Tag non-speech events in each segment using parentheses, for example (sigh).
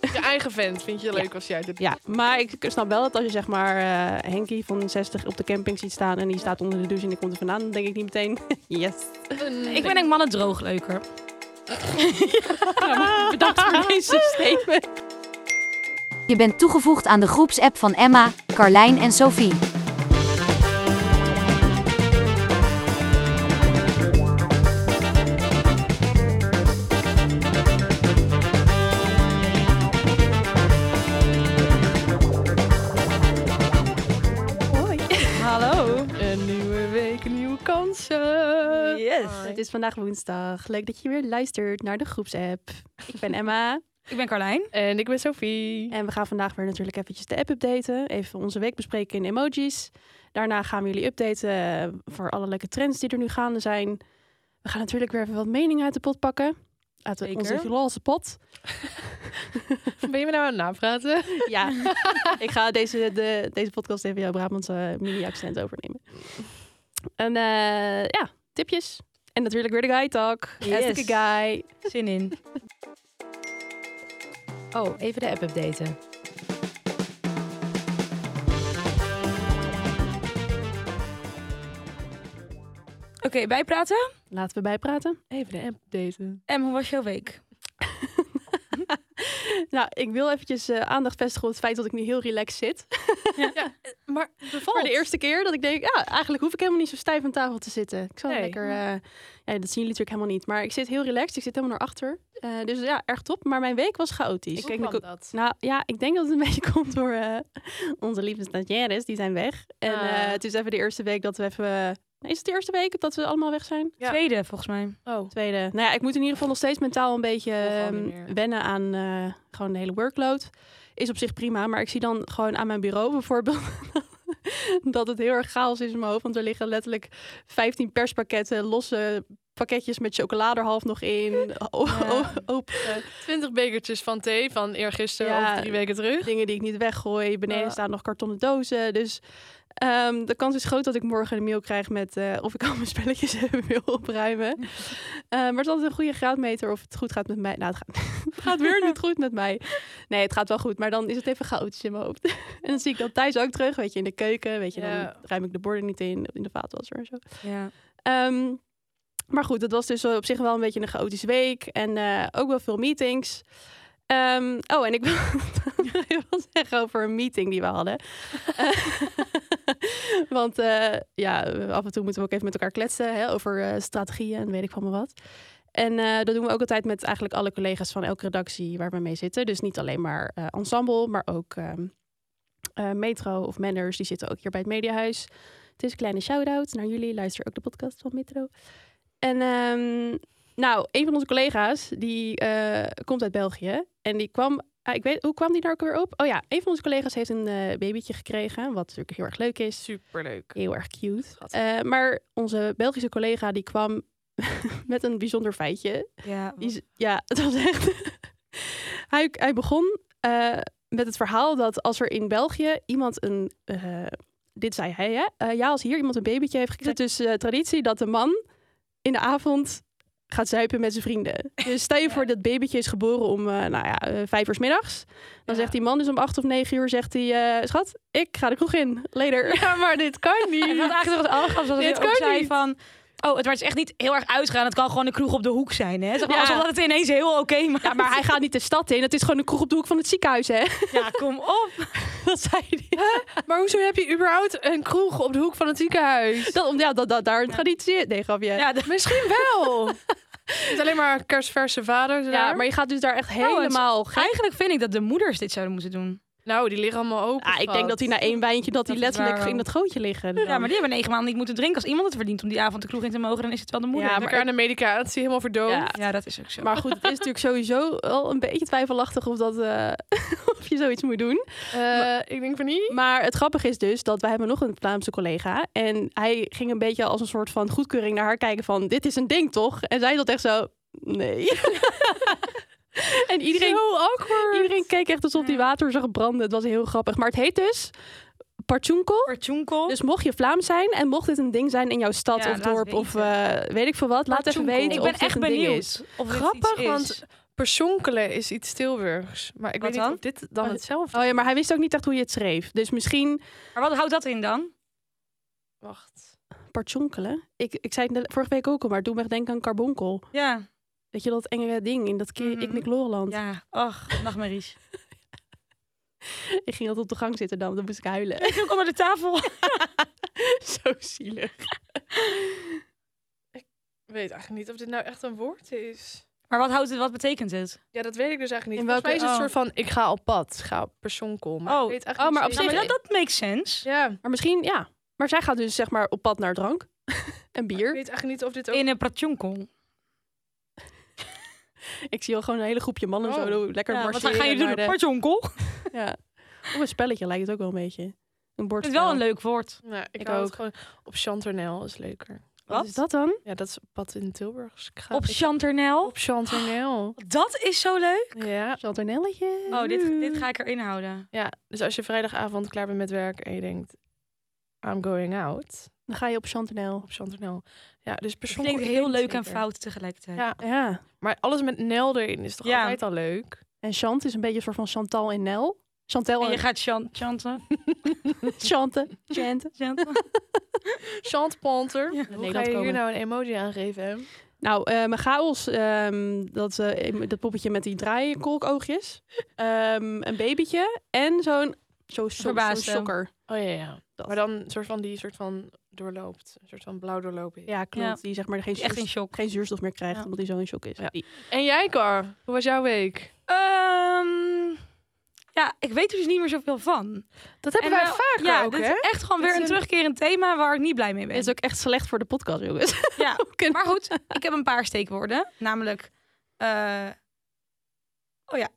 Je eigen vent vind je leuk als jij dit Ja, maar ik snap wel dat als je zeg maar eh Henkie van 60 op de camping ziet staan en die staat onder de douche en die komt er vandaan, dan denk ik niet meteen (laughs) yes. Ik ben denk mannen droog leuker. Bedankt (laughs) voor deze statement. Je bent toegevoegd aan de groepsapp van Emma, Carlijn en Sophie. Hallo. Een nieuwe week, nieuwe kansen. Eh, Ah, Het is vandaag woensdag. Leuk dat je weer luistert naar de groepsapp. Ik ben Emma Ik ben Carlijn. En ik ben Sophie. (laughs) en we gaan vandaag weer natuurlijk eventjes de app updaten. Even onze week bespreken in emojis. Daarna gaan we jullie updaten eh, voor alle leuke trends die er nu gaande zijn. We gaan natuurlijk weer even wat meningen uit de pot pakken. Uit de, Zeker. onze filolse pot. Ben je me nou aan het napraten? Ja, (laughs) ik ga deze, de, deze podcast even jouw Brabantse mini-accent overnemen. En eh, ja, tipjes. En natuurlijk weer de guy talk. Yes. Yes. guy. Zin in. Oh, even de app updaten. Oké, bijpraten. Laten we bijpraten. Even de app updaten. Em, hoe was jouw week? Nou, ik wil eventjes eh, aandacht vestigen op het feit dat ik nu heel relaxed zit. Maar Voor de eerste keer dat ik denk, ja, eigenlijk hoef ik helemaal niet zo stijf aan tafel te zitten. Ik zal Nee. lekker, eh, ja, dat zien jullie natuurlijk helemaal niet. Maar ik zit heel relaxed, ik zit helemaal naar achter. Eh, dus ja, erg top. Maar mijn week was chaotisch. Ik keek Hoe naar kwam dat. Nou ja, ik denk dat het een (laughs) beetje komt door eh, onze lieve stagiaires, die zijn weg. En eh, Ah. het is even de eerste week dat we even... eh, is het de eerste week dat we allemaal weg zijn? Ja. Tweede, volgens mij. Oh, Tweede. Nou ja, ik moet in ieder geval nog steeds mentaal een beetje voel gewoon ehm, niet meer. wennen aan eh, gewoon de hele workload. Is op zich prima, maar ik zie dan gewoon aan mijn bureau bijvoorbeeld (laughs) dat het heel erg chaos is in mijn hoofd. Want er liggen letterlijk 15 perspakketten, losse pakketjes met chocolade er half nog (laughs) in. O- o- open twintig bekertjes van thee van eergisteren Ja. of drie weken terug. dingen die ik niet weggooi. Beneden Ja. staan nog kartonnen dozen. Dus ehm, de kans is groot dat ik morgen een mail krijg met eh, of ik al mijn spelletjes (laughs) even wil opruimen. (laughs) Eh, maar het is altijd een goede graadmeter of het goed gaat met mij. Nou, het gaat, (laughs) het gaat weer niet goed met mij. Nee, het gaat wel goed, maar dan is het even chaotisch in mijn hoofd. (laughs) en dan zie ik dat thuis ook terug, weet je, in de keuken. Weet je, Ja. dan ruim ik de borden niet in, in de vaatwasser en zo. Ja. Ehm, maar goed, het was dus op zich wel een beetje een chaotische week. En eh, ook wel veel meetings. Ehm, oh, en ik (laughs) wil ik wil zeggen over een meeting die we hadden. Eh, (laughs) Want eh, ja, af en toe moeten we ook even met elkaar kletsen hè, over eh, strategieën en weet ik van me wat. En eh, dat doen we ook altijd met eigenlijk alle collega's van elke redactie waar we mee zitten. Dus niet alleen maar eh, ensemble, maar ook ehm, eh, Metro of Manners. Die zitten ook hier bij het Mediahuis. Het is een kleine shout-out naar jullie. Luister ook de podcast van Metro. En ehm, nou, een van onze collega's, die eh, komt uit België. En die kwam, ah, ik weet, hoe kwam die daar ook weer op? Oh ja, een van onze collega's heeft een eh, babytje gekregen. Wat natuurlijk heel erg leuk is. Superleuk. Heel erg cute. Schattig. Eh, maar onze Belgische collega, die kwam (laughs) met een bijzonder feitje. Ja. Die z- ja, (laughs) het was echt. hij, hij begon eh, met het verhaal dat als er in België iemand een. eh, dit zei hij, hè? Eh, ja, als hier iemand een babytje heeft gekregen. Het is eh, traditie dat de man in de avond gaat zuipen met zijn vrienden. Dus stel je voor dat babytje is geboren om, eh, nou ja, eh, vijf uur 's middags. Dan Ja. zegt die man dus om acht of negen uur, zegt hij, eh, schat, ik ga de kroeg in. Later. (laughs) Ja, maar dit (laughs) kan Ik had niet. eigenlijk nog het allergrappigste dat Dit ik ook kan zei niet. van... Oh, het werd echt niet heel erg uitgaan. Het kan gewoon een kroeg op de hoek zijn, hè? Zeg maar, Ja. Alsof dat het ineens heel oké maakt. Ja, maar hij gaat niet de stad in. Het is gewoon een kroeg op de hoek van het ziekenhuis, hè? (laughs) Ja, kom op. Dat zei hij. Maar hoezo heb je überhaupt een kroeg op de hoek van het (laughs) ziekenhuis? (laughs) Dat, ja, dat, dat daar een traditie... Nee, grapje. Ja, d- Misschien wel. Het alleen maar kerstverse vaders Ja, daar. maar je gaat dus daar echt het is helemaal gek. eigenlijk vind ik dat de moeders dit zouden moeten doen. Nou, die liggen allemaal open. Ah, ik denk dat die na één wijntje dat die Dat is letterlijk waar wel. in dat gootje liggen. dan. Ja, maar die hebben negen maanden niet moeten drinken. Als iemand het verdient om die avond de kroeg in te mogen, dan is het wel de moeder. Ja, Ja, maar maar aan de medicatie helemaal verdoofd. Ja. Ja, dat is ook zo. Maar goed, het is natuurlijk sowieso wel een beetje twijfelachtig of, dat, eh, (laughs) of je zoiets moet doen. Eh, ik denk van niet. Maar het grappige is dus dat wij hebben nog een Vlaamse collega. En hij ging een beetje als een soort van goedkeuring naar haar kijken van... Dit is een ding, toch? En zij zat echt zo... Nee. (laughs) en iedereen Zo awkward. Iedereen keek echt alsof die water zag branden. Het was heel grappig. Maar het heet dus Parchunkel. Partjoenkel. Dus mocht je Vlaams zijn en mocht dit een ding zijn in jouw stad Ja, of laat dorp of weten. eh, weet ik veel wat, laat even Parchunkel. weten ik of ben dit echt een ding is. benieuwd. Of dit Grappig, iets is. want Personkelen is iets Tilburgs. Maar ik Wat weet dan? niet of dit dan Oh, hetzelfde Oh ja, maar hij wist ook niet echt hoe je het schreef. Dus misschien Maar wat houdt dat in dan? Wacht. parchonkelen. Ik, ik zei het net- vorige week ook al, maar doe me echt denken aan carbonkel. Ja, Weet je dat enge ding in dat keer Mhm. ik Nick Loreland. ja. Och, nachtmerries. (laughs) Ik ging altijd op de gang zitten dan, dan moest ik (laughs) huilen. Ik ook onder de tafel. Zo zielig. Ik weet eigenlijk niet of dit nou echt een woord is. Maar wat, houdt het, wat betekent het? Ja, dat weet ik dus eigenlijk niet. In Volgens mij is welke- het een oh. soort van, ik ga op pad. Ga op persoonkel. Maar Oh. ik weet eigenlijk Oh, niet maar op zo- zich- Ja, dat, dat makes sense. Ja, Maar misschien, ja. Maar zij gaat dus zeg maar op pad naar drank (laughs) en ik bier. weet eigenlijk niet of dit ook... In een pratjonkel. Ik zie al gewoon een hele groepje mannen Oh. zo lekker Ja, wat marcheren. gaan jullie doen? naar Een de- pratjonkel? Ik Ja. Op een spelletje lijkt het ook wel een beetje. Een bord. vind het wel een leuk woord. Nou, ik, Ik hou het ook. gewoon op Chanternel is leuker. Wat is dat dan? Ja, dat is op pad in Tilburg. Dus ik ga Op ik- Chanternel. op Chanternel. Dat is zo (gasps) leuk. Ja. Chanternelletje. Oh, dit, dit ga ik erin houden. ja, dus als je vrijdagavond klaar bent met werk en je denkt... I'm going out. Dan ga je op Chanternel. Op Chanternel. Ja, dus Het persoonlijk... klinkt heel leuk en fout. fout tegelijkertijd. Ja, Ja. maar alles met Nel erin is toch Ja. altijd al leuk? En Chant is een beetje een soort van Chantal en Nel. Chantel En en (laughs) je gaat chan- (laughs) chanten. Chante. Chante. chanten. Chant Panter. Hoe Ja. ga Nederland je hier komen. nou een emoji aan geven? Nou, eh, mijn chaos, ehm, dat, eh, dat poppetje met die draaienkolkoogjes. Ehm, een babytje en zo'n zo, zo, zo'n Verbaasde. sokker. Oh ja, ja. Dat. Maar dan soort van die soort van doorloopt. Een soort van blauw doorlopen. Ja, klopt. Ja. Die zeg maar geen, Is (laughs) Echt zuurst- in shock. geen zuurstof meer krijgt, Ja. omdat hij zo in shock is. Ja. Die- En jij, Car? Hoe was jouw week? Ehm, ja, ik weet er dus niet meer zoveel van. Dat hebben En wij wel- vaker ja, ook, dit hè? is echt gewoon Dat weer is een een- terugkerend thema waar ik niet blij mee ben. Het is ook echt slecht voor de podcast, jongens. (laughs) Ja, kunnen- maar goed, ik heb een paar steekwoorden. Namelijk, eh, oh ja,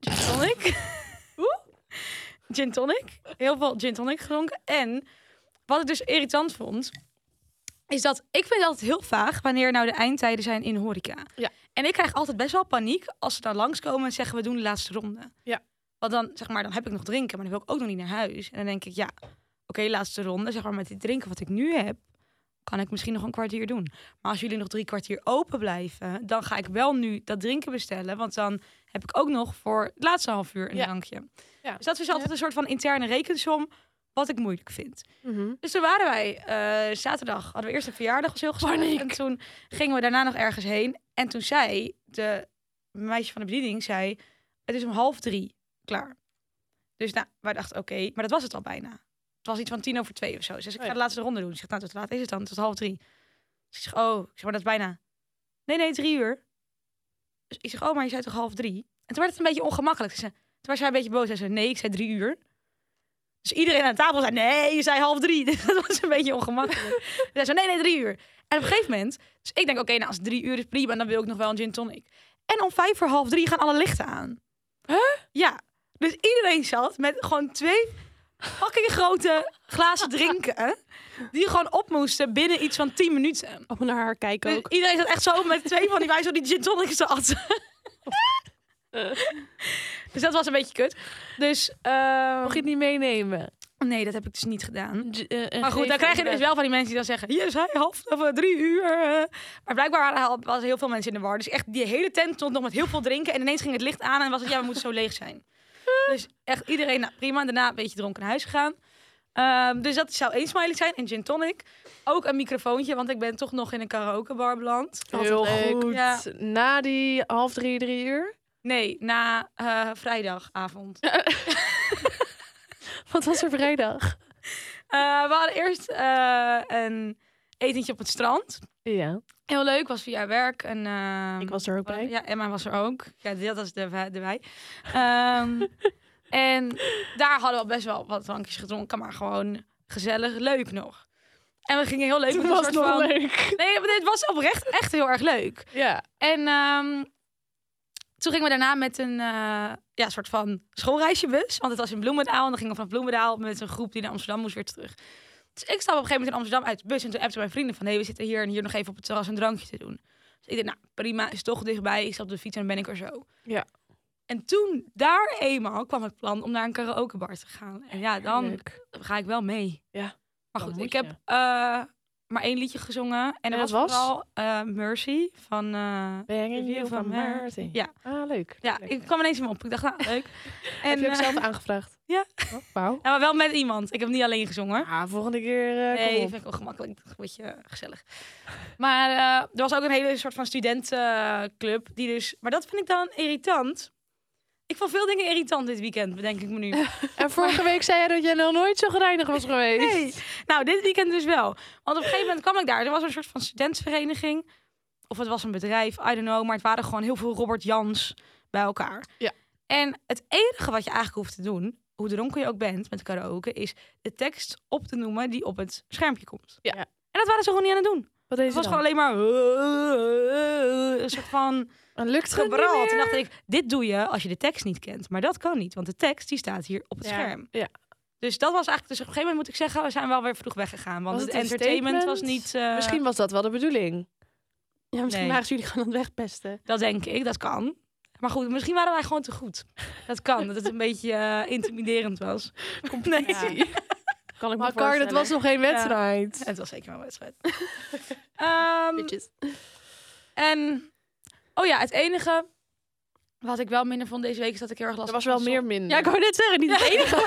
gin (laughs) tonic. Oeh. gin tonic. Heel veel gin tonic gedronken. En wat ik dus irritant vond, is dat ik vind altijd heel vaag wanneer nou de eindtijden zijn in horeca. Ja. En ik krijg altijd best wel paniek als ze daar langskomen en zeggen we doen de laatste ronde. Ja. Want dan, zeg maar, dan heb ik nog drinken, maar dan wil ik ook nog niet naar huis. En dan denk ik, ja, oké, laatste ronde. Zeg maar, met dit drinken wat ik nu heb, kan ik misschien nog een kwartier doen. Maar als jullie nog drie kwartier open blijven, dan ga ik wel nu dat drinken bestellen. Want dan heb ik ook nog voor het laatste half uur een Ja. drankje. Ja. Dus dat is altijd een soort van interne rekensom, wat ik moeilijk vind. Mhm. Dus toen waren wij eh, zaterdag, hadden we eerst een verjaardag, was heel gezellig. Paniek. En toen gingen we daarna nog ergens heen. En toen zei de meisje van de bediening, zei, het is om half drie klaar. Dus nou, wij dachten, oké, maar dat was het al bijna. Het was iets van tien over twee of zo. Ze zei, ik Oh ga ja. de laatste ronde doen. Ze zegt, nou, tot laat is het dan, tot half drie. Dus ik zeg, oh, ik zeg, maar dat is bijna. Nee, nee, drie uur. Dus ik zeg, oh, maar je zei toch half drie? En toen werd het een beetje ongemakkelijk. Ze zei, toen was hij een beetje boos. Hij zei, nee, ik zei drie uur. Dus iedereen aan tafel zei, nee, je zei half drie. (laughs) Dus dat was een beetje ongemakkelijk. Dus hij zei, nee, nee, drie uur. En op een gegeven moment, dus ik denk, oké, nou, als het drie uur is prima, dan wil ik nog wel een gin tonic. En om vijf voor half drie gaan alle lichten aan. Huh? Ja. Dus iedereen zat met gewoon twee fucking grote glazen drinken. Die gewoon op moesten binnen iets van tien minuten. Om naar haar kijken Dus ook. iedereen zat echt zo met twee van die wijzen die gin tonics te atten. dus dat was een beetje kut. Dus, ehm, Mag je het niet meenemen? eh, nee, dat heb ik dus niet gedaan. Maar Maar goed, dan krijg je dus wel van die mensen die dan zeggen... Je zei half of eh, drie uur. eh." Maar blijkbaar waren al- was er heel veel mensen in de war. Dus echt, die hele tent stond nog met heel veel drinken. En ineens ging het licht aan en was het... Ja, we moeten zo leeg (laughs) zijn. Dus echt iedereen, nou, prima. En Daarna een beetje dronken naar huis gegaan. Ehm, dus dat zou één smiley zijn. En gin tonic. Ook een microfoontje, want ik ben toch nog in een karaokebar beland. Heel goed. Ja. Na die half drie, drie uur. Nee, na eh, (laughs) vrijdagavond. Wat was er vrijdag? Eh, we hadden eerst eh, een etentje op het strand. Ja. Heel leuk, was via werk. En, ehm, Ik was er ook bij. Ja, Emma was er ook. Ja, dat was de, wij- de wij. Ehm, en daar hadden we al best wel wat drankjes gedronken, maar gewoon gezellig, leuk nog. En we gingen heel leuk. met een soort van... leuk. Nee, maar dit was oprecht echt heel erg leuk. Ja. En ehm, toen gingen we daarna met een eh, ja, soort van schoolreisjebus. Want het was in Bloemendaal. En dan gingen we van Bloemendaal met een groep die naar Amsterdam moest weer terug. Dus ik stap op een gegeven moment in Amsterdam uit de bus. En toen appte mijn vrienden van... hé, we zitten hier en hier nog even op het terras een drankje te doen. Dus ik dacht, nou prima, is toch dichtbij. Ik stap op de fiets en dan ben ik er zo. Ja. En toen daar eenmaal kwam het plan om naar een karaokebar te gaan. En ja, dan Leuk. ga ik wel mee. Ja, Maar dan goed, moet ik heb je. eh, maar één liedje gezongen. En, er dat was, was? vooral eh, Mercy van... eh, Banging Review you van van Mer- Mercy. Ja. Ah, leuk. ja, Leuk, ik leuk. kwam ineens in me op. Ik dacht, nou, (laughs) leuk. en, Heb je ook eh, zelf aangevraagd? ja. Oh, Wauw. ja, maar wel met iemand. Ik heb niet alleen gezongen. Ah, volgende keer eh, Nee, kom op. vind ik ongemakkelijk. Een beetje eh, gezellig. Maar eh, er was ook een hele soort van studentenclub. die dus... Maar dat vind ik dan irritant. Ik vond veel dingen irritant dit weekend, bedenk ik me nu. En vorige week zei jij dat jij nog nooit zo gereinigd was geweest. Nee. Nou, dit weekend dus wel. Want op een gegeven moment kwam ik daar. Er was een soort van studentsvereniging. Of het was een bedrijf, I don't know. Maar het waren gewoon heel veel Robert Jans bij elkaar. Ja. En het enige wat je eigenlijk hoeft te doen, hoe dronken je ook bent met karaoke, is de tekst op te noemen die op het schermpje komt. Ja. En dat waren ze gewoon niet aan het doen. Wat deed Het ze was dan? gewoon alleen maar... Een soort (laughs) van Een lukt het niet gebraald. Toen meer? dacht ik, dit doe je als je de tekst niet kent. Maar dat kan niet, want de tekst die staat hier op het Ja, scherm. ja. Dus dat was eigenlijk, dus op een gegeven moment moet ik zeggen, we zijn wel weer vroeg weggegaan. Want Was het, het een entertainment was statement? niet, eh, Misschien was dat wel de bedoeling. Ja, misschien Nee. waren ze jullie gewoon aan het wegpesten. dat denk ik, dat kan. Maar goed, misschien waren wij gewoon te goed. Dat kan, dat het (laughs) een beetje eh, intimiderend was. Nee, Ja. Kan ik me Maar Kar, dat was nog geen wedstrijd. het was zeker wel een wedstrijd. Ehm, en, oh ja, het enige wat ik wel minder vond deze week is dat ik heel erg last Er was had wel van meer minder. Ja, ik wou net zeggen, niet het enige.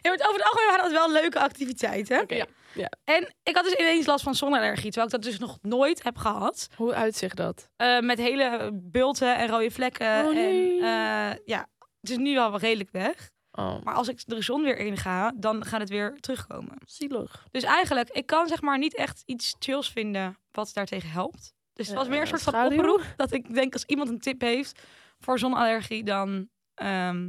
Ja, maar over het algemeen waren dat wel leuke activiteiten. Oké. Ja. Ja. En ik had dus ineens last van zonallergie, terwijl ik dat dus nog nooit heb gehad. Hoe uitzicht dat? Eh, met hele bulten en rode vlekken. Oh, nee. En eh, ja, het is nu al redelijk weg. Oh, Maar als ik de zon weer in ga, dan gaat het weer terugkomen. zielig. Dus eigenlijk, ik kan zeg maar niet echt iets chills vinden wat daartegen helpt. Dus het was Ja, meer een soort van Eh, schaduw. oproep. Dat ik denk als iemand een tip heeft voor zonallergie, dan ehm,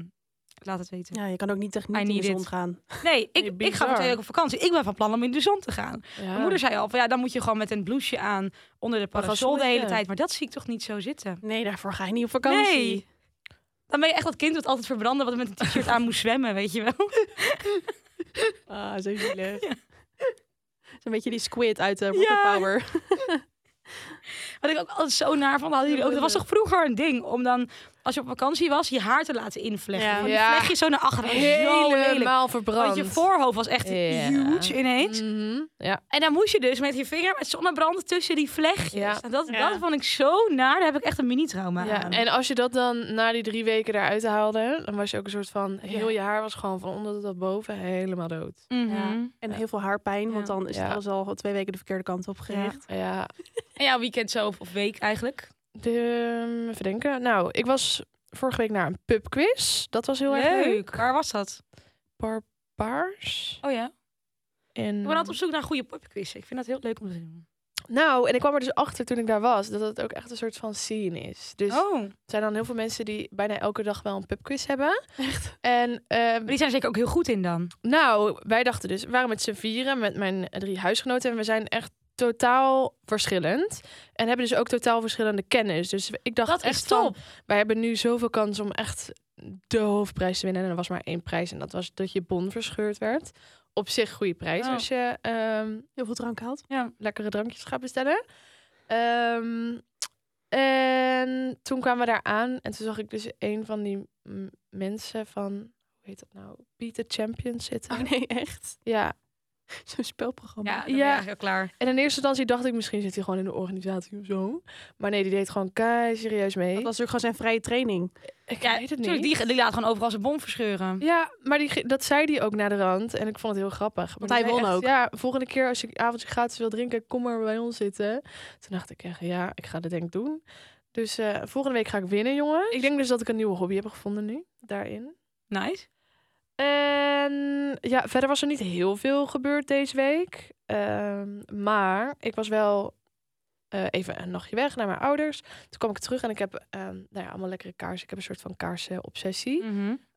laat het weten. Ja, je kan ook niet echt niet I in de need zon it. gaan. Nee, ik, Nee, ik ga bizar. Ah. meteen ook op vakantie. Ik ben van plan om in de zon te gaan. Ja. Mijn moeder zei al van ja, dan moet je gewoon met een blouseje aan onder de parasol de Parasolletje. hele tijd. Maar dat zie ik toch niet zo zitten. Nee, daarvoor ga je niet op vakantie. Nee. Dan ben je echt dat kind wat altijd verbrandde, wat met een t-shirt aan moest zwemmen, weet je wel. Ah, zo (laughs) zielig. Zo'n beetje die squid uit de Rocket Ja. Power. Wat ik ook altijd zo naar vond, hadden jullie ook. Dat was toch vroeger een ding om dan, als je op vakantie was, je haar te laten invlechten. Ja. Van die Ja. vlechtjes zo naar achteren. Dat was zo lelijk. helemaal verbrand. Want je voorhoofd was echt Ja. huge ineens. Mhm, Ja. En dan moest je dus met je vinger met zonnebrand tussen die vlechtjes. Ja. Nou, dat, Ja. dat vond ik zo naar. Daar heb ik echt een mini-trauma ja. aan. En als je dat dan na die drie weken eruit haalde, dan was je ook een soort van... Heel je haar was gewoon van onder tot boven helemaal dood. Mhm. En heel veel haarpijn, want Ja. dan is Ja. het alles al twee weken de verkeerde kant op gericht. Ja, En jouw weekend zo of, of week eigenlijk? de, even denken. Nou, ik was vorige week naar een pubquiz. Dat was heel erg leuk. Waar was dat? Barbaars. Oh ja. En... Ik ben altijd op zoek naar goede popquiz. Ik vind dat heel leuk om te doen. Nou, en ik kwam er dus achter toen ik daar was dat het ook echt een soort van scene is. Dus er Oh. Maar zijn dan heel veel mensen die bijna elke dag wel een pubquiz hebben. Echt? En ehm, die zijn er zeker ook heel goed in dan. nou, wij dachten dus, we waren met z'n vieren, met mijn drie huisgenoten. En we zijn echt totaal verschillend. En hebben dus ook totaal verschillende kennis. Dus ik dacht Dat is echt top. Van, wij hebben nu zoveel kans om echt de hoofdprijs te winnen. En er was maar één prijs. En dat was dat je bon verscheurd werd. Op zich goede prijs Oh. als je ehm, Heel veel drank haalt. lekkere drankjes gaat bestellen. Ehm, en toen kwamen we daar aan en toen zag ik dus een van die mm, mensen van, hoe heet dat nou, Beat the Champion zitten. Oh nee, echt? Ja, (laughs) Zo'n spelprogramma. Ja, dan ben Ja. je eigenlijk al klaar. en in eerste instantie dacht ik misschien zit hij gewoon in de organisatie of zo. Maar nee, die deed gewoon kei serieus mee. Dat was natuurlijk gewoon zijn vrije training. Ik Ja, weet het niet. tuurlijk, die, die laat gewoon overal zijn bom verscheuren. Ja, maar die, ge- dat zei hij ook na de rand. En ik vond het heel grappig. Maar hij die zei won echt, ook. Ja, volgende keer als je avondje gratis wil drinken, kom maar bij ons zitten. Toen dacht ik echt, ja, ik ga dat denk ik doen. Dus eh, volgende week ga ik winnen, jongen. Ik denk dus dat ik een nieuwe hobby heb gevonden nu, daarin. Nice. En ja, verder was er niet heel veel gebeurd deze week. Ehm, maar ik was wel eh, even een nachtje weg naar mijn ouders. Toen kwam ik terug en ik heb ehm, nou ja, allemaal lekkere kaarsen. Ik heb een soort van kaarsenobsessie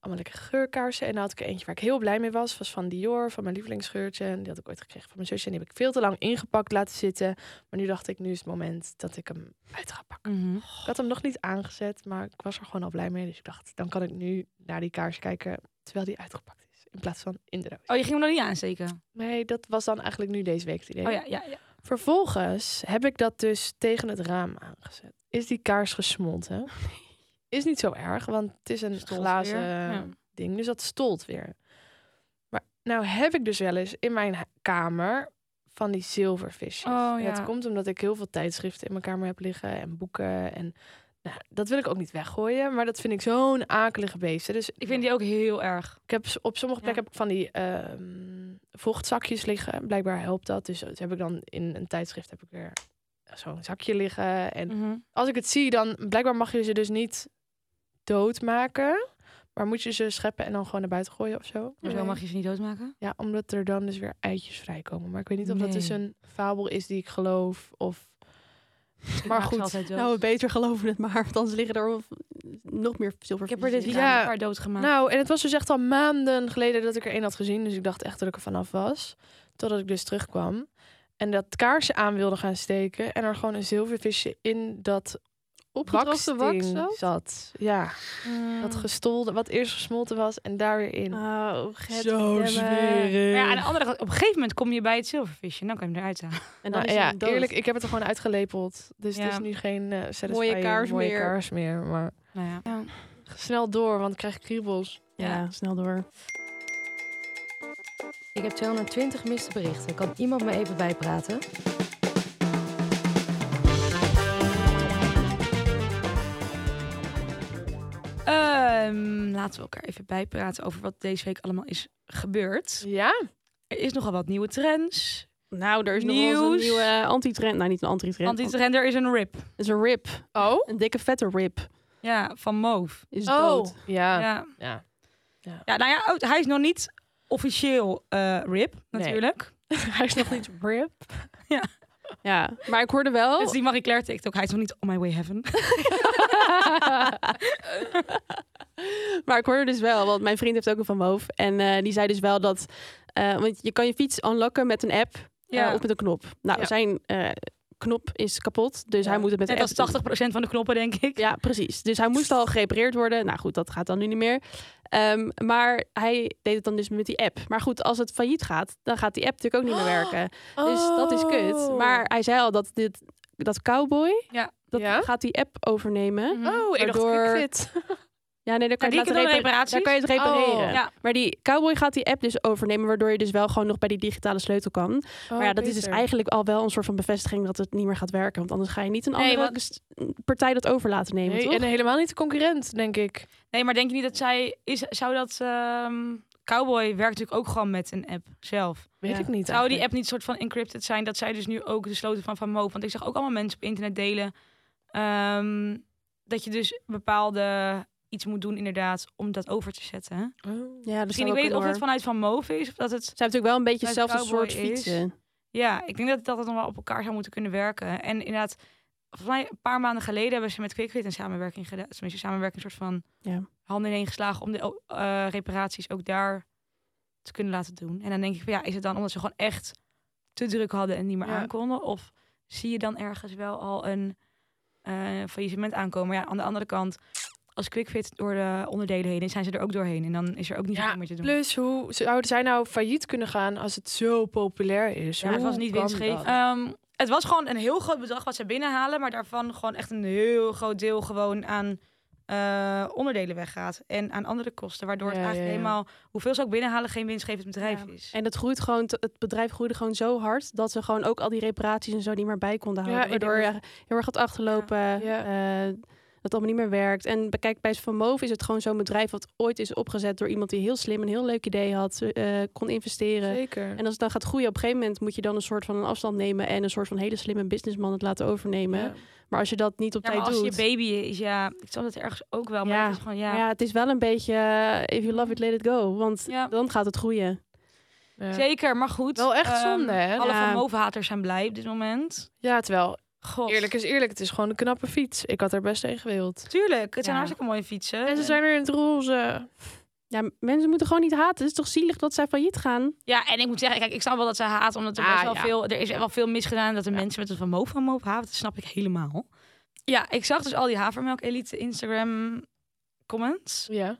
allemaal lekkere geurkaarsen. En daar had ik er eentje waar ik heel blij mee was. Was van Dior, van mijn lievelingsgeurtje. En die had ik ooit gekregen van mijn zusje. En die heb ik veel te lang ingepakt laten zitten. Maar nu dacht ik, nu is het moment dat ik hem uit ga pakken. Mm-hmm. Ik had hem nog niet aangezet, maar ik was er gewoon al blij mee. Dus ik dacht, dan kan ik nu naar die kaars kijken terwijl die uitgepakt is. In plaats van in de doos. Oh, je ging hem nog niet aansteken? Nee, dat was dan eigenlijk nu deze week het idee. Oh ja, ja, ja. Vervolgens heb ik dat dus tegen het raam aangezet. Is die kaars (laughs) gesmolten? Is niet zo erg, want het is een Stolt glazen weer. Ja. ding. Dus dat stolt weer. Maar Nou heb ik dus wel eens in mijn hu- kamer van die zilvervisjes. Oh, En Dat ja. komt omdat ik heel veel tijdschriften in mijn kamer heb liggen en boeken. En nou, dat wil ik ook niet weggooien, maar dat vind ik zo'n akelige beesten. Dus Ik vind die ook heel erg. ik heb s- op sommige Ja. plekken heb ik van die ehm, vochtzakjes liggen. Blijkbaar helpt dat. Dus dat heb ik dan in een tijdschrift heb ik weer zo'n zakje liggen. Mm. En als ik het zie, dan blijkbaar mag je ze dus niet doodmaken. Maar moet je ze scheppen en dan gewoon naar buiten gooien of zo. Maar zo Nee. mag je ze niet doodmaken. Ja, omdat er dan dus weer eitjes vrijkomen. Maar ik weet niet of dat dus Nee. een fabel is die ik geloof. Of... Maar maak ze goed. altijd dood. Nou, beter geloven het maar, want anders liggen er of- nog meer ik zilvervisjes. heb er dit in. weekend Ja. een paar doodgemaakt. Nou, en het was dus echt al maanden geleden dat ik er één had gezien. Dus ik dacht echt dat ik er vanaf was. Totdat ik dus terugkwam. En dat kaarsje aan wilde gaan steken. En er gewoon een zilvervisje in dat Opgedroogde waksting wax zo? zat. Ja, Mm. Nou, Ah. dat gestolde, wat eerst gesmolten was en daar weer in. Oh, get Zo them. smerig. Maar ja, aan de andere kant, op een gegeven moment kom je bij het zilvervisje. Dan kan je hem eruit (laughs) halen. En dan Nou, is ja, hij dood. eerlijk, ik heb het er gewoon uitgelepeld. Dus Ja. het is nu geen eh satisfying, Mooie kaars mooie meer. kaars meer. Maar Nou ja. snel door, want ik krijg kriebels. Ja, snel door. Ik heb 220 miste berichten. Kan iemand me even bijpraten? Ehm, laten we elkaar even bijpraten over wat deze week allemaal is gebeurd. Ja? Er is nogal wat nieuwe trends. Nou, er is nog wel Nieuws. eens een nieuwe antitrend. Nou, niet een antitrend. Want die trend, er is een rip. Het is een rip. Oh? Een dikke vette rip. Ja, van Move. Is Oh. dood. Ja. Ja. ja. ja, nou ja, oh, hij is nog niet officieel eh, rip, Nee. natuurlijk. Hij is nog niet rip. Ja, maar ik hoorde Oh. wel... Dus die Marie Claire TikTok, hij is nog niet on my way heaven. (laughs) maar ik hoorde dus wel, want mijn vriend heeft ook een Van Moof. En eh, die zei dus wel dat... eh, want je kan je fiets unlocken met een app eh, Ja. of met een knop. (laughs) Nou, Ja. zijn eh, knop is kapot, dus hij moet het met Net een als app doen. 80% van de knoppen, denk ik. Ja, precies. Dus hij moest al gerepareerd worden. Nou goed, dat gaat dan nu niet meer. Ehm, maar hij deed het dan dus met die app. Maar goed, als het failliet gaat, dan gaat die app natuurlijk ook niet (gasps) meer werken. Dus dat is kut. Maar hij zei al dat dit, dat cowboy, Oh. Ja. dat Ja. gaat die app overnemen. Mhm. Oh, ik dacht Waardoor- quickfit. Ja, nee, dan kan Ja, je die het kunnen laten dan repara- Dan kan je het reparaties. repareren. Oh. Ja. Maar die cowboy gaat die app dus overnemen, waardoor je dus wel gewoon nog bij die digitale sleutel kan. Oh, maar ja, dat is dus eigenlijk al wel een soort van bevestiging dat het niet meer gaat werken. Want anders ga je niet een Nee, andere want- s- partij dat over laten nemen, Nee, toch? en helemaal niet de concurrent, denk ik. Nee, maar denk je niet dat zij... Is, zou dat... ehm, Cowboy werkt natuurlijk ook gewoon met een app zelf. Weet Ja. ik niet. Zou die eigenlijk. app niet soort van encrypted zijn dat zij dus nu ook de sloten van Van Moof? Want ik zag ook allemaal mensen op internet delen ehm, dat je dus bepaalde iets moet doen inderdaad om dat over te zetten. Oh. Ja, dus Misschien ik weet niet of het vanuit Van Moof is of dat het. Ze hebben natuurlijk wel een beetje Uit hetzelfde Cowboy soort is. fietsen. Ja, ik denk dat dat het nog wel op elkaar zou moeten kunnen werken. En inderdaad, volgens mij een paar maanden geleden hebben ze met QuickFit een samenwerking gedaan, tenminste samenwerking een soort van Ja. handen ineen geslagen om de eh, reparaties ook daar te kunnen laten doen. En dan denk ik van ja, is het dan omdat ze gewoon echt te druk hadden en niet meer Ja. aankonden? Of zie je dan ergens wel al een eh faillissement aankomen? Ja, aan de andere kant, als QuickFit door de onderdelen heen is, zijn ze er ook doorheen. En dan is er ook niet Ja, zoveel meer te doen. Plus, hoe zouden zij nou failliet kunnen gaan als het zo populair is? Ja, het was niet winstgevend. Ehm, het was gewoon een heel groot bedrag wat ze binnenhalen, maar daarvan gewoon echt een heel groot deel gewoon aan eh, onderdelen weggaat. En aan andere kosten, waardoor Ja, het eigenlijk ja, ja. helemaal, hoeveel ze ook binnenhalen, geen winstgevend bedrijf Ja. is. En het, groeit gewoon, te- het bedrijf groeide gewoon zo hard dat ze gewoon ook al die reparaties en zo niet meer bij konden Ja, houden. ik denk waardoor je heel erg gaat achterlopen, Ja. eh, dat het allemaal niet meer werkt. En bekijk, bij Van Moof is het gewoon zo'n bedrijf wat ooit is opgezet door iemand die heel slim een heel leuk idee had, eh, kon investeren. Zeker. En als het dan gaat groeien, op een gegeven moment moet je dan een soort van een afstand nemen en een soort van hele slimme businessman het laten overnemen. Ja. Maar als je dat niet op Ja, tijd maar als doet. je baby is, ja, ik snap dat ergens ook wel, maar Ja. het is gewoon, ja. Maar ja, het is wel een beetje eh, if you love it, let it go. Want Ja. dan gaat het groeien. Ja. Zeker, maar goed. Wel echt ehm, zonde, hè? Alle Ja. van Movenhaters zijn blij op dit moment. Ja, terwijl, God. eerlijk is eerlijk, het is gewoon een knappe fiets. Ik had er best een gewild. Tuurlijk, het zijn Ja. hartstikke mooie fietsen. En ze zijn er in het roze. Ja, m- mensen moeten gewoon niet haten. Het is toch zielig dat zij failliet gaan? Ja, en ik moet zeggen, kijk, ik snap wel dat ze haat, omdat er Ah, best wel ja. veel, er is wel veel misgedaan dat de mensen met het van Moof van Moof haat. Dat snap ik helemaal. Ja, ik zag dus al die havermelk elite Instagram comments. Ja.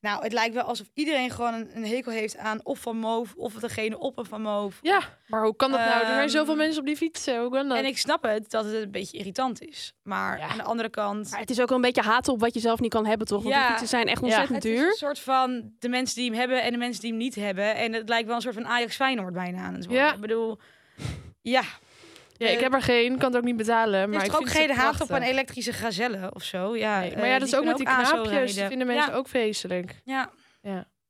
Nou, het lijkt wel alsof iedereen gewoon een, een hekel heeft aan of van Moof of degene op en van Moof. Ja, maar hoe kan dat nou? Er zijn Ehm, zoveel mensen op die fietsen. Hoe kan dat? En ik snap het dat het een beetje irritant is. Maar Ja. aan de andere kant. Maar het is ook wel een beetje haat op wat je zelf niet kan hebben, toch? Want Ja. die fietsen zijn echt Ja. ontzettend Het is dus- een duur. soort van de mensen die hem hebben en de mensen die hem niet hebben. En het lijkt wel een soort van Ajax Feyenoord bijna aan het worden. Ja. Ik bedoel, ja. ja, ik heb er geen, kan het ook niet betalen. eh, Er Maar is ik Dus toch ook vind geen het haat op aan prachtig. elektrische gazellen of zo. Ja, Nee, eh, maar ja, dat is ook met die kunnen ASO knaapjes. Dat rijden. vinden mensen ja, ook vreselijk. Ja,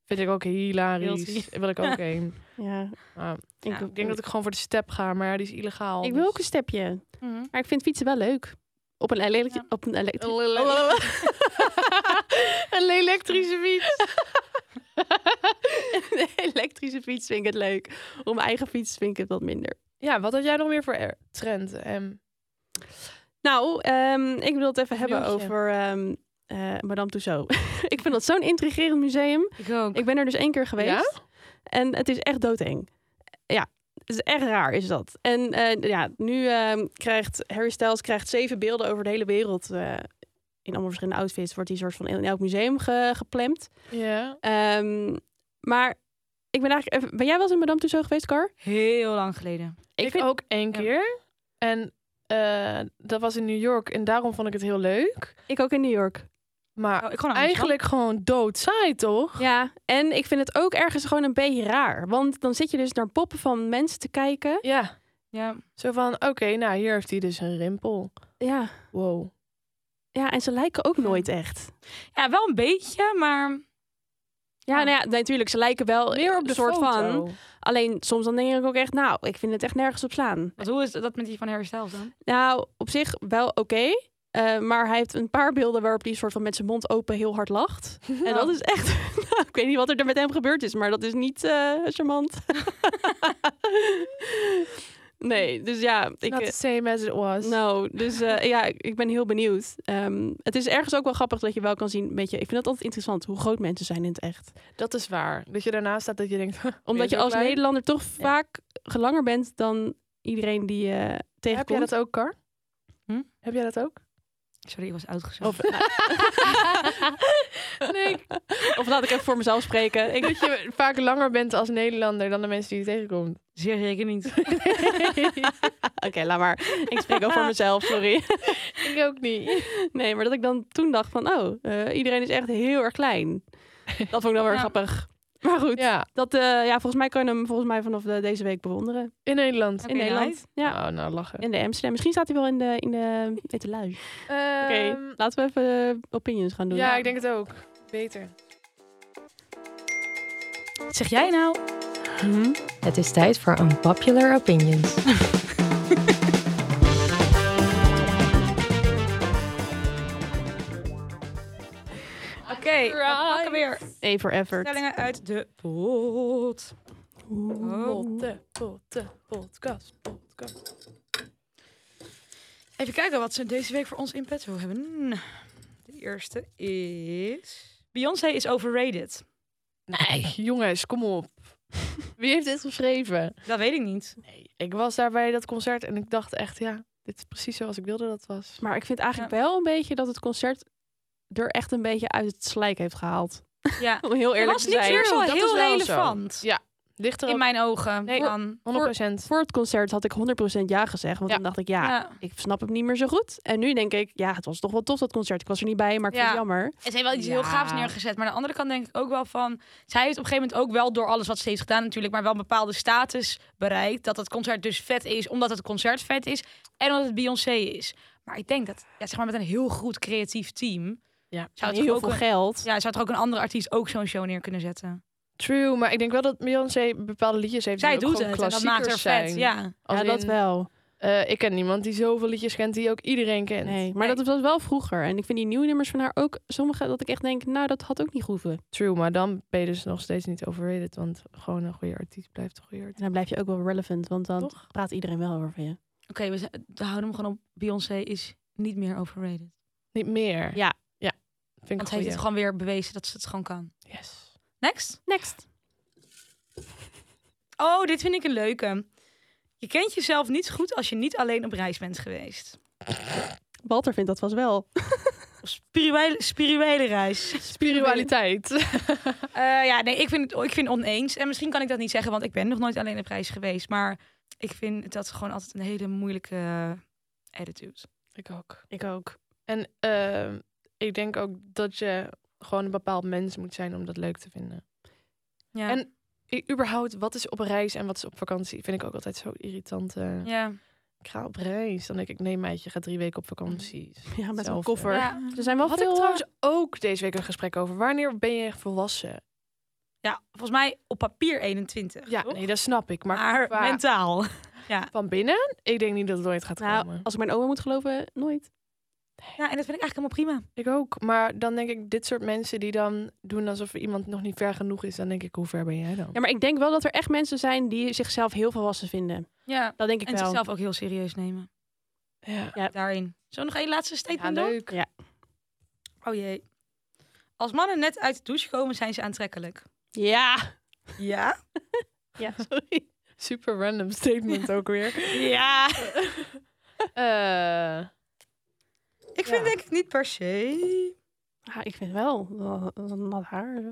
Vind ik ook hilarisch. Heel triest. Daar wil ik ook één. Ja. Maar Ik, Ja, ik denk dat ik gewoon voor de step ga, maar ja, die is illegaal. ik wil ook een dus- stepje. Mhm. Maar ik vind fietsen wel leuk. Op een elektrische... Ja. Op een Oh. elektri- (laughs) een elektrische fiets. (laughs) een elektrische fiets vind ik het leuk. Op mijn eigen fiets vind ik het wat minder. Ja, wat had jij nog meer voor er- trend? ehm? Nou, ehm, ik wil het even hebben Nieuwtje. over ehm, eh, Madame Tussauds. (laughs) ik vind dat zo'n intrigerend museum. ik ook. Ik ben er dus één keer geweest. Ja? En het is echt doodeng. Ja, het is echt raar is dat. En eh, ja, nu ehm, krijgt Harry Styles krijgt zeven beelden over de hele wereld. eh, in allemaal verschillende outfits wordt die soort van in elk museum ge- gepland. ja. Ehm, maar ik ben eigenlijk even- ben jij wel eens in Madame Tussauds geweest, Car? Heel lang geleden. Ik, vind- ook één Ja. keer. En eh, dat was in New York en daarom vond ik het heel leuk. ik ook in New York. Maar Oh, ik gewoon eigenlijk gewoon doodsaai, toch? Ja, en ik vind het ook ergens gewoon een beetje raar. Want dan zit je dus naar poppen van mensen te kijken. Ja. Ja. Zo van, oké, nou hier heeft hij dus een rimpel. Ja, Wow. ja en ze lijken ook nooit echt. ja, wel een beetje, maar Ja, Ja. nou ja, natuurlijk, ze lijken wel Meer op de een soort van. foto. Alleen soms dan denk ik ook echt, nou, ik vind het echt nergens op slaan. wat, hoe is dat met die van herstel dan? Nou, op zich wel oké. eh, maar hij heeft een paar beelden waarop hij soort van met zijn mond open heel hard (laughs) lacht. En dat is echt... (laughs) Nou, ik weet niet wat er met hem gebeurd is, maar dat is niet eh, charmant. (laughs) nee, dus ja. Ik, Not the same as it was. Nou, dus eh, ja, ik ik ben heel benieuwd. Ehm, het is ergens ook wel grappig dat je wel kan zien, een beetje, ik vind dat altijd interessant, hoe groot mensen zijn in het echt. Dat is waar. Dat je daarnaast staat dat je denkt... (laughs) Omdat je zo als klein? Nederlander toch vaak gelanger bent dan iedereen die je Heb jij tegenkomt. (laughs) dat ook, Kar? Hm? Heb jij dat ook? Sorry, ik was uitgezocht. Of, nee, ik- Of laat ik even voor mezelf spreken. Ik, dat (laughs) je vaak langer bent als Nederlander dan de mensen die je tegenkomt. Zeer zeker (laughs) niet. (laughs) Oké, laat maar. Ik (laughs) spreek ook voor mezelf, sorry. ik ook niet. Nee, maar dat ik dan toen dacht van, oh, eh, iedereen is echt heel erg klein. Dat vond ik dan wel Ja. weer grappig. Maar goed, Nou. Ja, dat, eh, ja, volgens mij kan je hem volgens mij vanaf eh, deze week bewonderen. in Nederland. Oké, in Nederland. nice. Ja. Oh, nou lachen. In de Amsterdam. Misschien staat hij wel in de, in de etalage. Oké, Ehm, laten we even eh, opinions gaan doen. ja, ik denk het ook. Beter. Wat zeg jij nou? Hm, Het is tijd voor Unpopular Opinions. Oké, we pakken weer A for effort. stellingen uit de pot. Potte, potte, podcast, podcast. Even kijken wat ze deze week voor ons in petto hebben. De eerste is... Beyoncé is overrated. Nee, jongens, kom (laughs) op. Wie heeft dit geschreven? Dat weet ik niet. Nee, ik was daar bij dat concert en ik dacht echt, ja, dit is precies zoals ik wilde dat het was. Maar ik vind eigenlijk wel een beetje dat het concert er echt een beetje uit het slijk heeft gehaald. Ja. Om heel Er eerlijk was te niet zijn. meer zo dat is heel wel relevant. zo. Dichter In op mijn ogen. Nee, Dan- 100 procent. Voor het concert had ik 100% ja gezegd. Want Ja. dan dacht ik, ja, Ja. ik snap hem niet meer zo goed. En nu denk ik, ja, het was toch wel tof dat concert. Ik was er niet bij, maar ik Ja. vind het jammer. En ze heeft wel iets heel Ja. gaafs neergezet. Maar aan de andere kant denk ik ook wel van... Zij heeft op een gegeven moment ook wel door alles wat ze heeft gedaan natuurlijk... maar wel een bepaalde status bereikt. Dat het concert dus vet is, omdat het concert vet is. En omdat het Beyoncé is. Maar ik denk dat, ja, zeg maar met een heel goed creatief team... Ja. Zou En toch heel ook veel een- geld. Ja, zou toch ook een andere artiest ook zo'n show neer kunnen zetten? True, maar ik denk wel dat Beyoncé bepaalde liedjes heeft Zij die ook doet gewoon het en dat maakt haar klassiekers vet. zijn. Ja. Als Ja, dat in, wel. eh, ik ken niemand die zoveel liedjes kent die ook iedereen kent. Nee, maar dat was wel vroeger. En ik vind die nieuwe nummers van haar ook sommige dat ik echt denk, nou, dat had ook niet hoeven. True, maar dan ben je dus nog steeds niet overrated, want gewoon een goede artiest blijft een goede En artiest. dan blijf je ook wel relevant, want dan Toch? praat iedereen wel over je. Oké, we, zijn- we houden hem gewoon op. Beyoncé is niet meer overrated. Niet meer. Ja. Ja. Vind ik een Want hij heeft goeie. het gewoon weer bewezen dat ze het gewoon kan. Yes. Next. Next. Oh, dit vind ik een leuke. Je kent jezelf niet zo goed als je niet alleen op reis bent geweest. Walter vindt dat vast wel. Spirituele, spirituele reis. (laughs) Spiritualiteit. (laughs) Eh, ja, nee, ik vind het ik vind het oneens. En misschien kan ik dat niet zeggen, want ik ben nog nooit alleen op reis geweest. Maar ik vind dat gewoon altijd een hele moeilijke eh, attitude. Ik ook. Ik ook. En ehm, ik denk ook dat je gewoon een bepaald mens moet zijn om dat leuk te vinden. Ja. En- I- überhaupt, wat is op reis en wat is op vakantie? Vind ik ook altijd zo irritant. eh. ja. Ik ga op reis. Dan denk ik, nee meidje, ga drie weken op vakantie. (laughs) Ja, met een Hetzelfde. koffer. Ja. Er zijn wel Mm. Had ik veel... eh, trouwens ook deze week een gesprek over. Wanneer ben je echt volwassen? ja, volgens mij op papier 21. Ja, Ah. toch? nee, dat snap ik. Maar, maar qua- mentaal. van binnen, ik denk niet dat het nooit gaat Nou, komen. als ik mijn oma moet geloven, nooit. Ja, en dat vind ik eigenlijk helemaal prima. Ik ook. Maar dan denk ik, dit soort mensen die dan doen alsof iemand nog niet ver genoeg is. Dan denk ik, hoe ver ben jij dan? Ja, maar ik denk wel dat er echt mensen zijn die zichzelf heel volwassen vinden. Ja. Dat denk ik En wel. zichzelf ook heel serieus nemen. Ja. Daarin. Zo nog één laatste statement doen? leuk. (laughs) Ja. Oh jee. Als mannen net uit de douche komen, zijn ze aantrekkelijk. Ja. Ja? Ja, sorry. Super random statement ook weer. (laughs) Ja. Eh, Ik vind het denk ik niet per se. Ah, ik vind wel. Wat nat haar.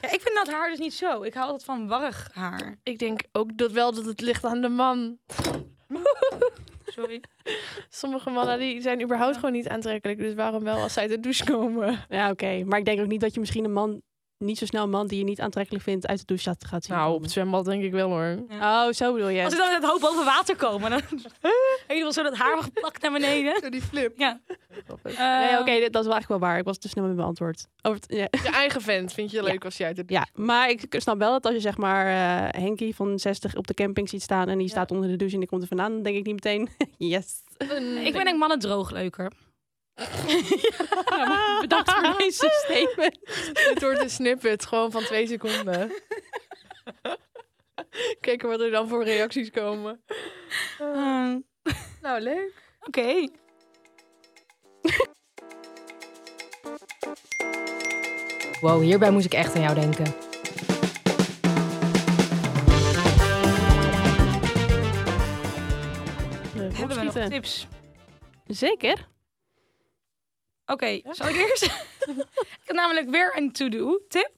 Ja, ik vind dat haar dus niet zo. Ik hou altijd van warrig haar. ik denk ook dat wel dat het ligt aan de man. Sorry. Sommige mannen die zijn überhaupt gewoon niet aantrekkelijk. Dus waarom wel als zij uit de douche komen? Ja, oké. Maar ik denk ook niet dat je misschien een man, niet zo snel een man die je niet aantrekkelijk vindt, uit de douche gaat- gaat zien. Nou, op komen. het zwembad denk ik wel hoor. Oh, zo bedoel je. Als ze dan met het hoofd boven water komen, dan (laughs) helemaal zo dat haar geplakt naar beneden. Zo die flip. Ja. Grappig. Nee, oké, Eh, dit- dat is wel eigenlijk wel waar. Ik was te snel met mijn antwoord. Over het- ja. (laughs) Je eigen vent vind je leuk als je uit de douche ja, maar ik snap wel dat als je zeg maar eh Henkie van 60 op de camping ziet staan en die staat onder de douche en die komt er vandaan, dan denk ik niet meteen, (laughs) yes. (laughs) Ik ben denk mannen droog leuker. (laughs) Bedankt voor deze statement. Dit wordt een snippet, gewoon van twee seconden. (laughs) Kijken wat er dan voor reacties komen. Ehm, Ah. Nou, leuk. Oké. Wow, hierbij moest ik echt aan jou denken. Hebben we nog Opschieten. tips? Zeker. Oké, zal ik eerst? (laughs) ik heb namelijk weer een to-do-tip.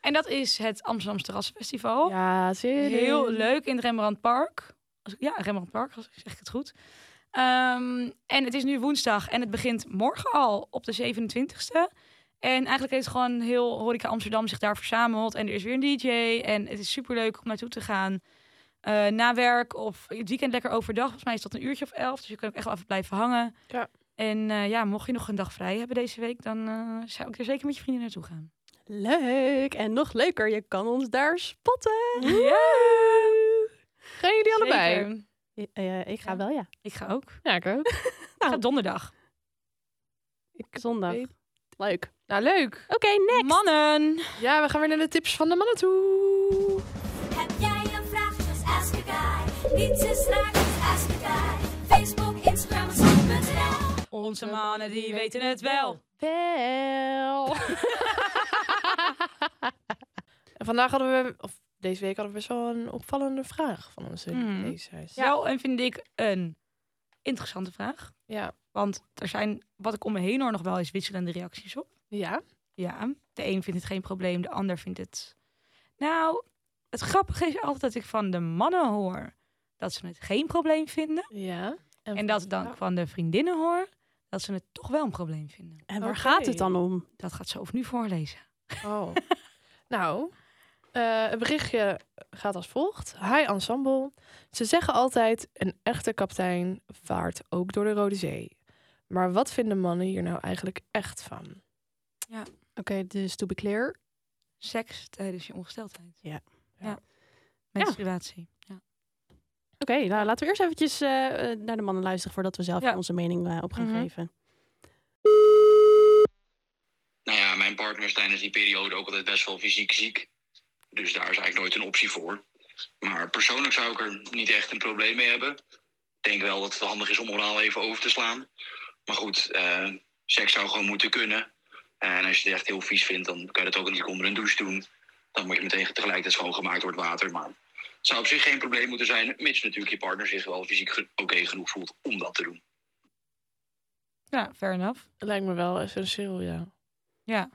En dat is het Amsterdamse Terrassenfestival. Ja, zeker. Heel leuk in het Rembrandtpark. Als ik- Ja, Rembrandtpark, als ik zeg ik het goed. Ehm, en het is nu woensdag en het begint morgen al op de 27e. En eigenlijk heeft gewoon heel Horeca Amsterdam zich daar verzameld. En er is weer een DJ en het is superleuk om naartoe te gaan. Eh, na werk of het weekend lekker overdag. Volgens mij is dat een uurtje of elf, dus je kan ook echt wel even blijven hangen. Ja. En eh, ja, mocht je nog een dag vrij hebben deze week, dan eh, zou ik er zeker met je vrienden naartoe gaan. Leuk. En nog leuker, je kan ons daar spotten. Gaan jullie allebei? Zeker. Eh, eh, ik ga Ja. wel, ja. Ik ga ook. Ja, ik ook. Ik Nou. ga donderdag. Zondag. weet- Leuk. Nou, leuk. Oké, next. Mannen! Ja, we gaan weer naar de tips van de mannen (laughs) toe. Heb jij een vraag? Just ask a guy. Niets is raar, just ask a guy. Facebook, Instagram, Snap.nl. Onze mannen die weten het wel. Wel. en vandaag hadden we, of deze week hadden we best wel een opvallende vraag van onze Mm. lezers. Wel, en vind ik een interessante vraag. Ja. Want er zijn, wat ik om me heen hoor, nog wel eens wisselende reacties op. Ja. Ja, de een vindt het geen probleem, de ander vindt het... Nou, het grappige is altijd dat ik van de mannen hoor dat ze het geen probleem vinden. Ja. nou, En dat ik dan Ja. van de vriendinnen hoor dat ze het toch wel een probleem vinden. En waar Oké. gaat het dan om? Dat gaat ze over nu voorlezen. Oh. (laughs) nou, eh, het berichtje gaat als volgt. Hi Ensemble. Ze zeggen altijd, een echte kapitein vaart ook door de Rode Zee. Maar wat vinden mannen hier nou eigenlijk echt van? Oké, dus to be clear. Seks tijdens je ongesteldheid. Ja. ja. Menstruatie. Ja. Oké, nou laten we eerst eventjes eh, eh, naar de mannen luisteren voordat we zelf Ja. onze mening eh, op gaan Mhm. geven. Nou ja, mijn partner is tijdens die periode ook altijd best wel fysiek ziek. Dus daar is eigenlijk nooit een optie voor. Maar persoonlijk zou ik er niet echt een probleem mee hebben. Ik denk wel dat het handig is om oraal even over te slaan. Maar goed, eh, seks zou gewoon moeten kunnen. En als je het echt heel vies vindt, dan kan je dat ook niet onder een douche doen. Dan moet je meteen tegelijkertijd schoongemaakt worden water. Maar het zou op zich geen probleem moeten zijn, mits natuurlijk je partner zich wel fysiek ge- oké genoeg voelt om dat te doen. Ja, fair enough. Lijkt me wel essentieel, ja. Ja.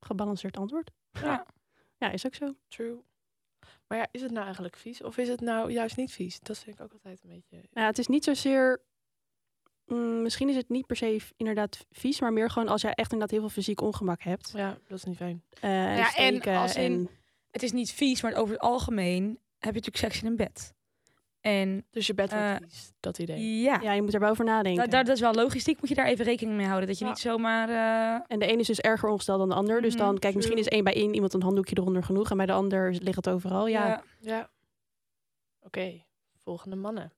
Gebalanceerd antwoord. Ja. Ja, is ook zo. True. Maar ja, is het nou eigenlijk vies? Of is het nou juist niet vies? Dat vind ik ook altijd een beetje... Nou, het is niet zozeer. Mm, misschien is het niet per se v- inderdaad vies, maar meer gewoon als jij echt inderdaad heel veel fysiek ongemak hebt. Ja, dat is niet fijn. Eh, Ja, en steken als in- Het is niet vies, maar over het algemeen heb je natuurlijk seks in een bed. En Dus je bed wordt Eh, vies, dat idee. ja, ja, je moet er wel over nadenken. da- daar, dat is wel logistiek, moet je daar even rekening mee houden. Dat je Ja. niet zomaar... eh, En de ene is dus erger ongesteld dan de ander. Dus Mhm, dan, kijk, misschien is één bij één iemand een handdoekje eronder genoeg. En bij de ander ligt het overal. Oh Ja. ja. Ja. Oké, volgende mannen.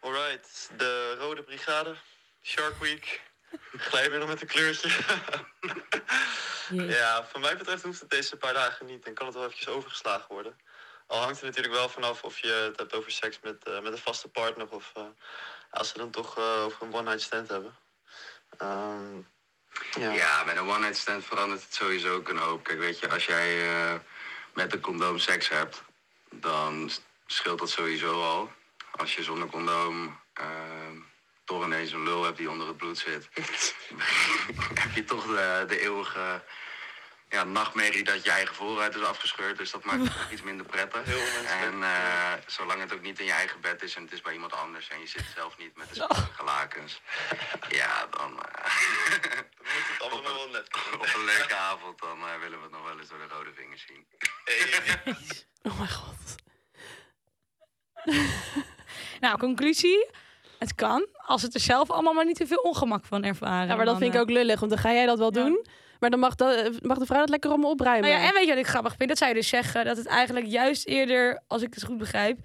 Alright, de Rode Brigade, Shark Week. Glijmiddel met een kleurtje. (laughs) ja, van mij betreft hoeft het deze paar dagen niet en kan het wel eventjes overgeslagen worden. Al hangt het natuurlijk wel vanaf of je het hebt over seks met, eh, met een vaste partner of eh, als ze dan toch eh, over een one-night stand hebben. Ehm, ja. Ja, bij een one-night stand verandert het sowieso ook een hoop. Kijk, weet je, als jij eh, met een condoom seks hebt, dan s- scheelt dat sowieso al. Als je zonder condoom eh, toch ineens een lul hebt die onder het bloed zit, (laughs) heb je toch de, de eeuwige ja, nachtmerrie dat je eigen voorruit is afgescheurd. Dus dat maakt het toch iets minder prettig. Heel onwenselijk. En eh, zolang het ook niet in je eigen bed is en het is bij iemand anders en je zit zelf niet met de smerige lakens, ja, dan. eh, (laughs) Dan moet het allemaal wel net. (laughs) op een leuke avond, dan eh, willen we het nog wel eens door de rode vingers zien. Hey. (laughs) Oh mijn god. Nou, conclusie. Het kan, als het er zelf allemaal maar niet te veel ongemak van ervaren. Ja, maar dat dan, vind ik eh, ook lullig, want dan ga jij dat wel Ja. doen. Maar dan mag, dat, mag de vrouw dat lekker allemaal opruimen. Nou ja, en weet je wat ik grappig vind? Dat zij dus zeggen dat het eigenlijk juist eerder, als ik het goed begrijp,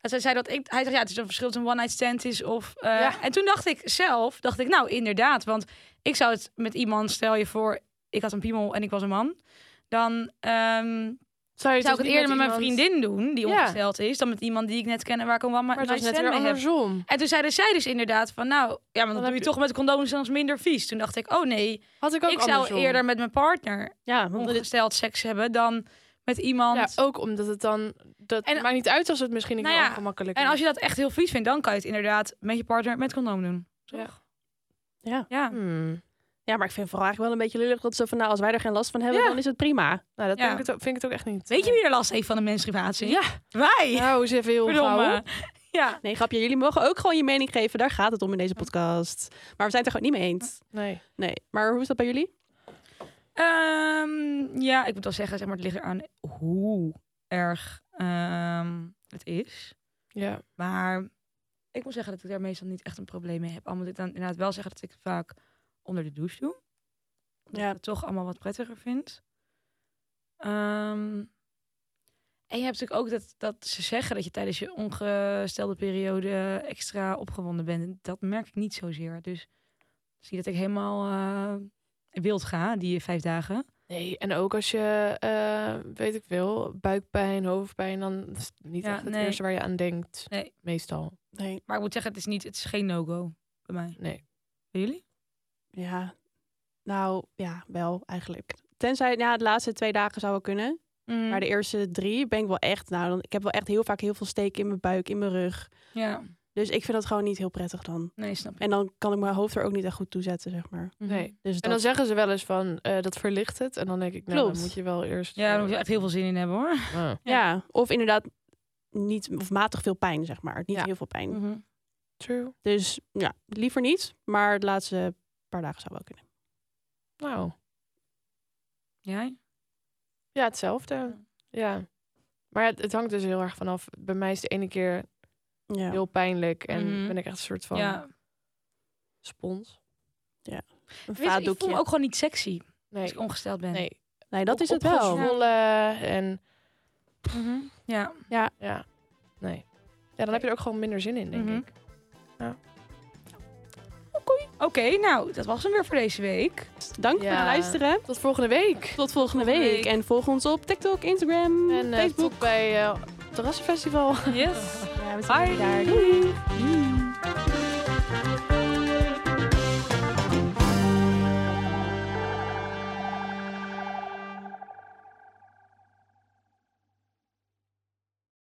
dat zij zei dat ik, hij zegt ja, het is een verschil tussen een one night stand is of. eh, Ja. En toen dacht ik zelf, dacht ik nou inderdaad, want ik zou het met iemand, stel je voor, ik had een piemel en ik was een man, dan ehm, je zou ik het eerder met, mijn iemand- vriendin doen die Ja. ongesteld is, dan met iemand die ik net ken en waar ik een one Maar het night was net stand weer mee heb. andersom. En toen zeiden zij dus inderdaad van, nou, ja, maar dan, doe heb je je- toch met condoms dan is het minder vies. Toen dacht ik, oh nee, Had ik ook ik zou andersom. eerder met mijn partner ja want dit- ongesteld seks hebben dan met iemand. Ja, ook omdat het dan... Dat En- maakt niet uit als het misschien een Nou keer ja, ongemakkelijk en is. als je dat echt heel vies vindt, dan kan je het inderdaad met je partner met condoom doen. Toch? Ja. Ja. Hmm. ja, maar ik vind vooral eigenlijk wel een beetje lullig dat ze van, nou, als wij er geen last van hebben, Ja. dan is het prima. Nou, dat Ja. vind, ik het ook, vind ik het ook echt niet. Weet je wie er last heeft van de menstruatie? Ja. Wij. Nou, is even heel (laughs) Verdomme. gauw. Ja. Nee, grapje, jullie mogen ook gewoon je mening geven. Daar gaat het om in deze podcast. Maar we zijn het er gewoon niet mee eens. Nee. Nee, maar hoe is dat bij jullie? Ehm, ja, ik moet wel zeggen, zeg maar, het ligt eraan hoe erg ehm, het is. Ja. Maar ik moet zeggen dat ik daar meestal niet echt een probleem mee heb. Al moet ik dan inderdaad wel zeggen dat ik het vaak onder de douche doe. Omdat Ja. ik het toch allemaal wat prettiger vind. Ehm, en je hebt natuurlijk ook dat, dat ze zeggen dat je tijdens je ongestelde periode extra opgewonden bent. En dat merk ik niet zozeer. Dus zie dat ik helemaal eh, wild ga, die vijf dagen. Nee, en ook als je, eh, weet ik veel, buikpijn, hoofdpijn, dan is het niet Ja, echt het nee. eerste waar je aan denkt. Nee. Meestal. Nee, Maar ik moet zeggen, het is, niet, het is geen no-go bij mij. Nee. Bij jullie? ja. Nou, ja, wel eigenlijk. Tenzij, na de laatste twee dagen zou wel kunnen. Mhm. Maar de eerste drie ben ik wel echt, nou, dan, ik heb wel echt heel vaak heel veel steken in mijn buik, in mijn rug. Ja, Dus ik vind dat gewoon niet heel prettig dan. nee, snap ik. En dan kan ik mijn hoofd er ook niet echt goed toe zetten, zeg maar. Nee. Dus En dat, dan zeggen ze wel eens van, eh, dat verlicht het. En dan denk ik, nou, Klopt. dan moet je wel eerst... Ja, daar moet je echt heel veel zin in hebben hoor. Ah. ja. of inderdaad niet, of matig veel pijn, zeg maar. Niet Ja. heel veel pijn. Mhm. True. Dus ja, liever niet. Maar de laatste paar dagen zou wel kunnen. Nou, Jij? ja, hetzelfde. Ja. Maar het, het hangt dus heel erg vanaf. Bij mij is de ene keer Ja. heel pijnlijk en Mhm. ben ik echt een soort van Ja. spons. Een Weet je, ik voel vaatdoekje. me ook gewoon niet sexy als nee, ik ongesteld ben. nee. Nee, dat Op- is het wel. opgezwollen en Mhm. Ja. ja, nee. Ja, dan heb je er ook gewoon minder zin in, denk Mhm. ik. Oké, nou, dat was hem weer voor deze week. Dank voor Ja. het luisteren. Tot volgende week. Tot volgende Volgende week. week. En volg ons op TikTok, Instagram, En eh, Facebook. tot bij eh, het Terrassenfestival. (laughs) Yes. Ja, we Bye. daar. Doei. Doei.